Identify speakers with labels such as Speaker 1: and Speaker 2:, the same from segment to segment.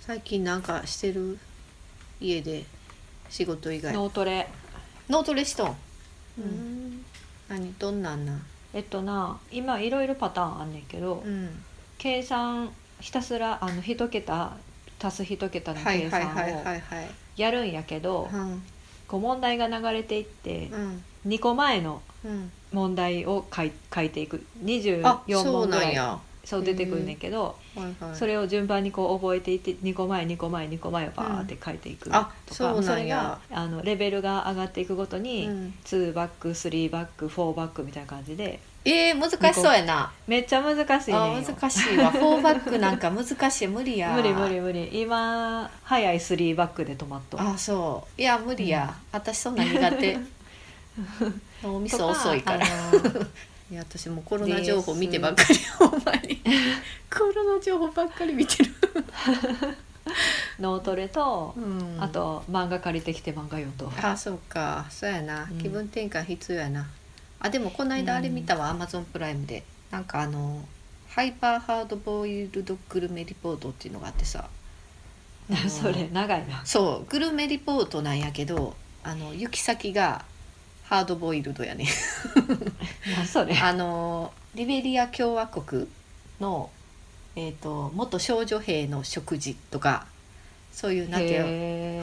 Speaker 1: 最近なんかしてる家で仕事以外
Speaker 2: 脳トレ
Speaker 1: 脳トレしとん、
Speaker 2: う
Speaker 1: うんん、何どんなんなん
Speaker 2: えっとな今いろいろパターンあんねんけど、
Speaker 1: うん
Speaker 2: 計算ひたすらあの一桁足す一桁の
Speaker 1: はい
Speaker 2: 計
Speaker 1: はい
Speaker 2: 算
Speaker 1: はいは
Speaker 2: を
Speaker 1: いはい
Speaker 2: やるんやけど、
Speaker 1: うん
Speaker 2: こう問題が流れていって
Speaker 1: うん
Speaker 2: 2個前の
Speaker 1: うん
Speaker 2: 問題を書い書いていく24
Speaker 1: あそう
Speaker 2: 問ぐ
Speaker 1: な
Speaker 2: ら
Speaker 1: ん
Speaker 2: いそう
Speaker 1: や
Speaker 2: 出てくるねんけど、
Speaker 1: はいはい
Speaker 2: それを順番にこう覚えていって2個前2個前2個前をバーって書いていくと
Speaker 1: あ
Speaker 2: か、
Speaker 1: そう
Speaker 2: そ
Speaker 1: なん
Speaker 2: れ
Speaker 1: や
Speaker 2: があのレベルが上がっていくごと
Speaker 1: う
Speaker 2: に、
Speaker 1: ん、
Speaker 2: 2バック3バック4バックみたいな感じで
Speaker 1: えー、難しそうやな
Speaker 2: めっちゃ難しいねん
Speaker 1: あ
Speaker 2: よ
Speaker 1: 難しいわフォーバックなんか難しい無理や
Speaker 2: 無理無理無理今早い3バックで止まっと
Speaker 1: あそういや無理や、私そんな苦 手脳みそ遅いから
Speaker 2: とあの
Speaker 1: いや私もうコロナ情報見てばっかりほんまにコロナ情報ばっかり見てる、
Speaker 2: 脳トレと、
Speaker 1: うん
Speaker 2: あと漫画借りてきて漫画読んど
Speaker 1: あそうかそうやな
Speaker 2: うん
Speaker 1: 気分転換必要やな、あでもこの間あれ見たわ、アマゾンプライムでなんかあのハイパーハードボイルドグルメリポートっていうのがあってさ
Speaker 2: それ長いな
Speaker 1: そうグルメリポートなんやけどあの行き先がハードボイルドやね
Speaker 2: な そ れ
Speaker 1: あのリベリア共和国の、えー、と元少女兵の食事とかそういうなんていう
Speaker 2: へ
Speaker 1: の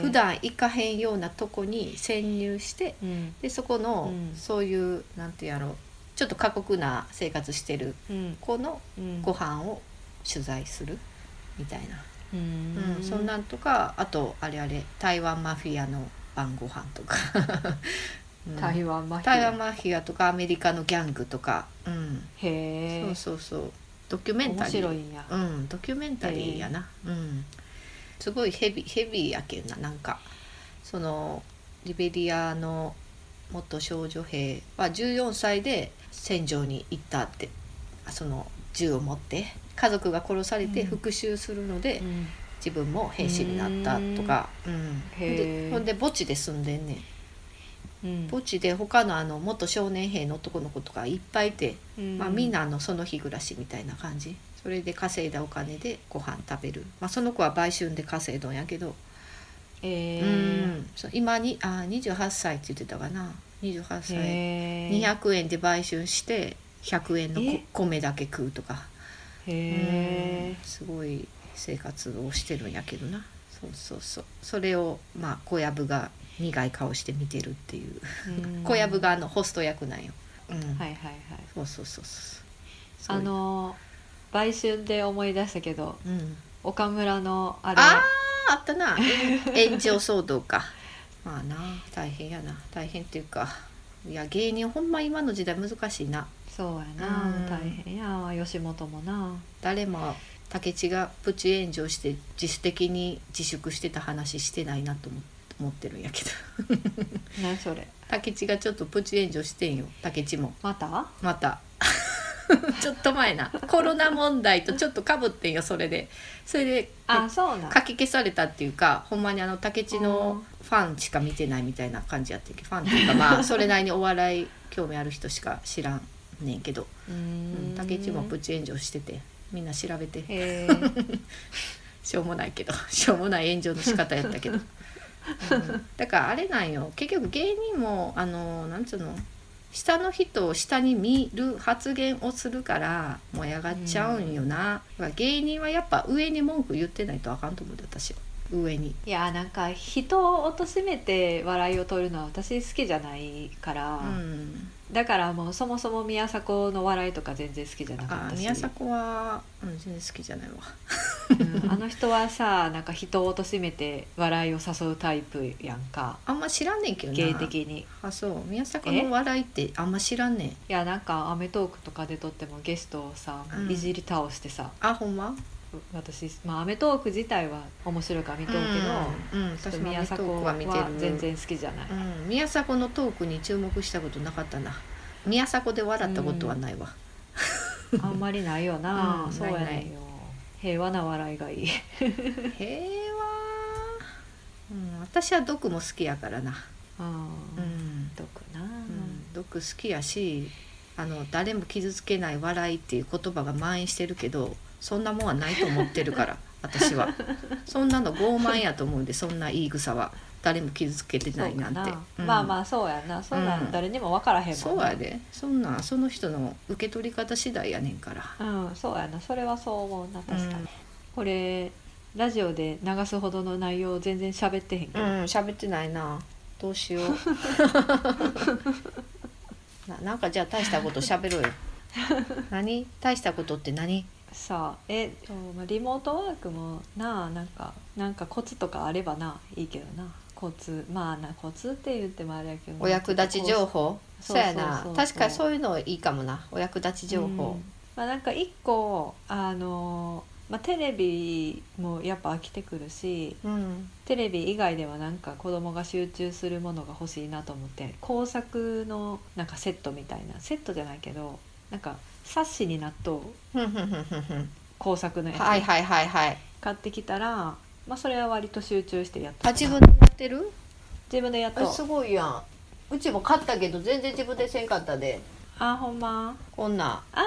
Speaker 2: ー
Speaker 1: 普段行かへんようなとこに潜入して
Speaker 2: うん
Speaker 1: でそこの、
Speaker 2: うん
Speaker 1: そういうなんていうやろちょっと過酷な生活してる
Speaker 2: うん
Speaker 1: 子の
Speaker 2: うん
Speaker 1: ご飯を取材するみたいな。
Speaker 2: う
Speaker 1: うんん、そんなんとかあとあれあれ台湾マフィアの晩ご飯とか、 うん
Speaker 2: 台湾マフィア
Speaker 1: 台湾マフィアとかアメリカのギャングとか、うん
Speaker 2: へえ
Speaker 1: そうそうそうドキュメンタ
Speaker 2: 面
Speaker 1: リー
Speaker 2: 白いんや、
Speaker 1: うん、ドキュメンタリーやな、うん、すごいヘビヘビーやけんななんかそのリベリアの元少女兵は14歳で戦場に行ったってその銃を持って家族が殺されて
Speaker 2: うん
Speaker 1: 復讐するので、
Speaker 2: うん
Speaker 1: 自分も兵士になったとか、うん、
Speaker 2: へ
Speaker 1: で
Speaker 2: ー
Speaker 1: ほんで墓地で住んでんねん
Speaker 2: うん
Speaker 1: 墓地で他のあの元少年兵の男の子とかいっぱいいて、
Speaker 2: うん
Speaker 1: まあ、みんなあのその日暮らしみたいな感じそれで稼いだお金でご飯食べる、まあ、その子は売春で稼いどんやけど、
Speaker 2: へえ
Speaker 1: うんそう今にあ28歳って言ってたかな28歳
Speaker 2: へえ
Speaker 1: 200円で売春して100円のこ
Speaker 2: え
Speaker 1: 米だけ食うとか、
Speaker 2: へえ
Speaker 1: うんすごい生活をしてるんやけどなそうそうそうそれをまあ小籔が苦い顔して見てるっていう
Speaker 2: う ん
Speaker 1: 小籔があのホスト役なんよ、うん
Speaker 2: はいはいはい
Speaker 1: そうそうそうそうそう
Speaker 2: あの買収で思い出したけど
Speaker 1: うん、
Speaker 2: 岡村のあれ
Speaker 1: あああったなえん炎上騒動かまあな大変やな大変っていうかいや芸人ほんま今の時代難しいな
Speaker 2: そうやな、
Speaker 1: うん
Speaker 2: 大変やわ吉本もな
Speaker 1: 誰も武智がプチ炎上して自主的に自粛してた話してないなと思思ってるんやけど
Speaker 2: 何それ
Speaker 1: 武智がちょっとプチ炎上してんよ武智も
Speaker 2: また
Speaker 1: また ちょっと前なコロナ問題とちょっとかぶってんよそれでそれで
Speaker 2: あそうなん
Speaker 1: 書き消されたっていうかほんまにあの武智のファンしか見てないみたいな感じやってるけどファンっていうか まあそれなりにお笑い興味ある人しか知らんねんけど、
Speaker 2: う
Speaker 1: うん
Speaker 2: ん、
Speaker 1: 武智もプチ炎上しててみんな調べて
Speaker 2: へえ
Speaker 1: しょうもないけど しょうもない炎上の仕方やったけ ど、うんだからあれなんよ結局芸人もあのなんつうの下の人を下に見る発言をするから燃え上がっちゃうんよな、だから芸人はやっぱ上に文句言ってないとあかんと思うで私は上に。
Speaker 2: いやなんか人を貶めて笑いを取るのは私好きじゃないから、
Speaker 1: うん
Speaker 2: だからもうそもそも宮迫の笑いとか全然好きじゃなかっ
Speaker 1: あ
Speaker 2: たし
Speaker 1: 宮迫は、うん、全然好きじゃないわ
Speaker 2: うんあの人はさなんか人を貶めて笑いを誘うタイプやんか
Speaker 1: あんま知らんねんけどな
Speaker 2: 芸的に
Speaker 1: あそう宮迫の笑いってあんま知らんねん
Speaker 2: いやなんか『アメトーーク』とかで撮ってもゲストをさ、
Speaker 1: うん
Speaker 2: いじり倒してさ
Speaker 1: あほんま
Speaker 2: 私「まあ、アメトーーク」自体は面白いから見てるけど、
Speaker 1: うん、うん、
Speaker 2: ちょ
Speaker 1: 私
Speaker 2: っと
Speaker 1: も
Speaker 2: 宮
Speaker 1: 宮
Speaker 2: 迫
Speaker 1: 迫は見て
Speaker 2: は
Speaker 1: る
Speaker 2: 全、然好き じゃない、
Speaker 1: うん、宮迫のトークに注目したことなかったな宮迫で笑ったことはないわ、
Speaker 2: あんまりないよな、
Speaker 1: うん
Speaker 2: そうや
Speaker 1: ない
Speaker 2: ねんよ平和な笑いがいい
Speaker 1: 平和うん私は毒も好きやからな
Speaker 2: うん
Speaker 1: うん、
Speaker 2: どくな、
Speaker 1: うん、毒好きやしあの 誰も傷つけない笑いっていう言葉が蔓延してるけどそんなもんはないと思ってるから私はそんなの傲慢やと思うんでそんな言い草は誰も傷つけてないなんて
Speaker 2: そうか
Speaker 1: うん
Speaker 2: まあまあそうやんなそんな
Speaker 1: うん
Speaker 2: ん誰にも分からへんもんな
Speaker 1: そうやでそんなんその人の受け取り方次第やねんから
Speaker 2: うんそうやなそれはそう思うな確かに、
Speaker 1: うん
Speaker 2: これラジオで流すほどの内容全然喋ってへんけ
Speaker 1: う
Speaker 2: ど、
Speaker 1: ん喋ってないなどう しようななんかじゃあ大したこと喋ろうよ何大したことって何
Speaker 2: さあえそうまあリモートワークもなあなんかなんかコツとかあればないいけどなコツまあなコツって言ってもあれやけど
Speaker 1: お役立ち情報そ
Speaker 2: そうう
Speaker 1: やな
Speaker 2: そうそうそう
Speaker 1: 確かにそういうのいいかもなお役立ち情
Speaker 2: う
Speaker 1: 報
Speaker 2: んまあ、なんか一個あのまあ、テレビもやっぱ飽きてくるし
Speaker 1: うん
Speaker 2: テレビ以外ではなんか子供が集中するものが欲しいなと思って工作のなんかセットみたいなセットじゃないけどなんか冊子になっとう
Speaker 1: ふん ふんふんふんふん
Speaker 2: 工作のやつ、
Speaker 1: はいはいはいはい
Speaker 2: 買ってきたら、まあ、それは割と集中してやって
Speaker 1: あ
Speaker 2: た
Speaker 1: 自分でやってる
Speaker 2: 自分でやっ
Speaker 1: え
Speaker 2: と
Speaker 1: すごいやんうちも買ったけど全然自分でせんかったで
Speaker 2: あほんま
Speaker 1: こんな
Speaker 2: あ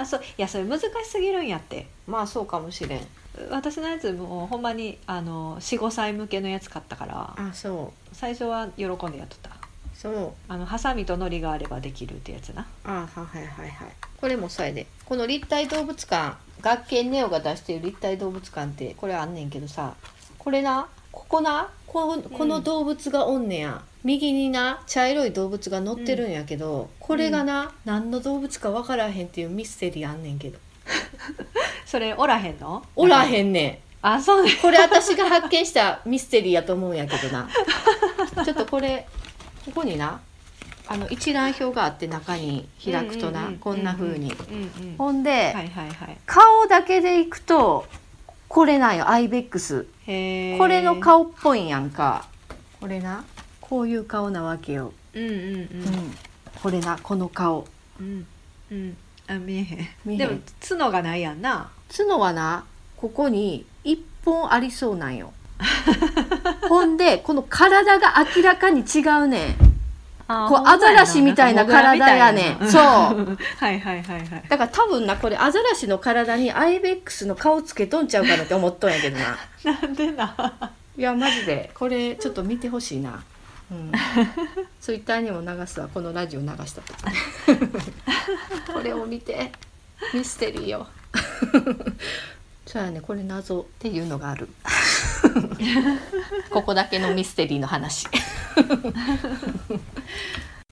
Speaker 2: あそういやそれ難しすぎるんやって
Speaker 1: まあそうかもしれん
Speaker 2: 私のやつもうほんまにあの45歳向けのやつ買ったから
Speaker 1: あそ
Speaker 2: 最初は喜んでやっとった
Speaker 1: うそう
Speaker 2: あのハサミとノリがあればできるってやつな
Speaker 1: あはいはいはいはいこれもそうやでこの立体動物館学研ネオが出してる立体動物館ってこれあんねんけどさこれなここなここの動物がおんねや、右にな茶色い動物が乗ってるんやけど、これがな、何の動物か分からへんっていうミステリーあんねんけど
Speaker 2: それおらへんの
Speaker 1: おら
Speaker 2: ん
Speaker 1: へんねん
Speaker 2: あそうね
Speaker 1: これ私が発見した ミステリーやと思うんやけどなちょっとこれここになあの一覧表があって中に開くとな、
Speaker 2: うんうんうん
Speaker 1: こんな風に、
Speaker 2: うんうんは
Speaker 1: ほんで、
Speaker 2: いはいはい
Speaker 1: 顔だけでいくとこれなんよアイベックス
Speaker 2: へー
Speaker 1: これの顔っぽいんやんかこれなこういう顔なわけよ、
Speaker 2: うんうん
Speaker 1: これなこの顔
Speaker 2: うんうんうんあ見えへん
Speaker 1: 見えへ
Speaker 2: で
Speaker 1: ん
Speaker 2: も角がないやんな
Speaker 1: 角はなここに一本ありそうなん よほんでこの体が明らかに違うねん
Speaker 2: あー
Speaker 1: こう
Speaker 2: ほんまやな
Speaker 1: アザラシみたいな体やねん
Speaker 2: なんかモグ
Speaker 1: そう
Speaker 2: ラみたいな はいはいはいはい
Speaker 1: だから多分なこれアザラシの体にアイベックスの顔つけとんちゃうかなって思っとんやけどな
Speaker 2: なんでない
Speaker 1: やマジでこれちょっと見てほしいな、うん、ツイッターにも流すわこのラジオ流したとこれを見てミステリーよ そうやねこれ謎っていうのがあるここだけのミステリーの話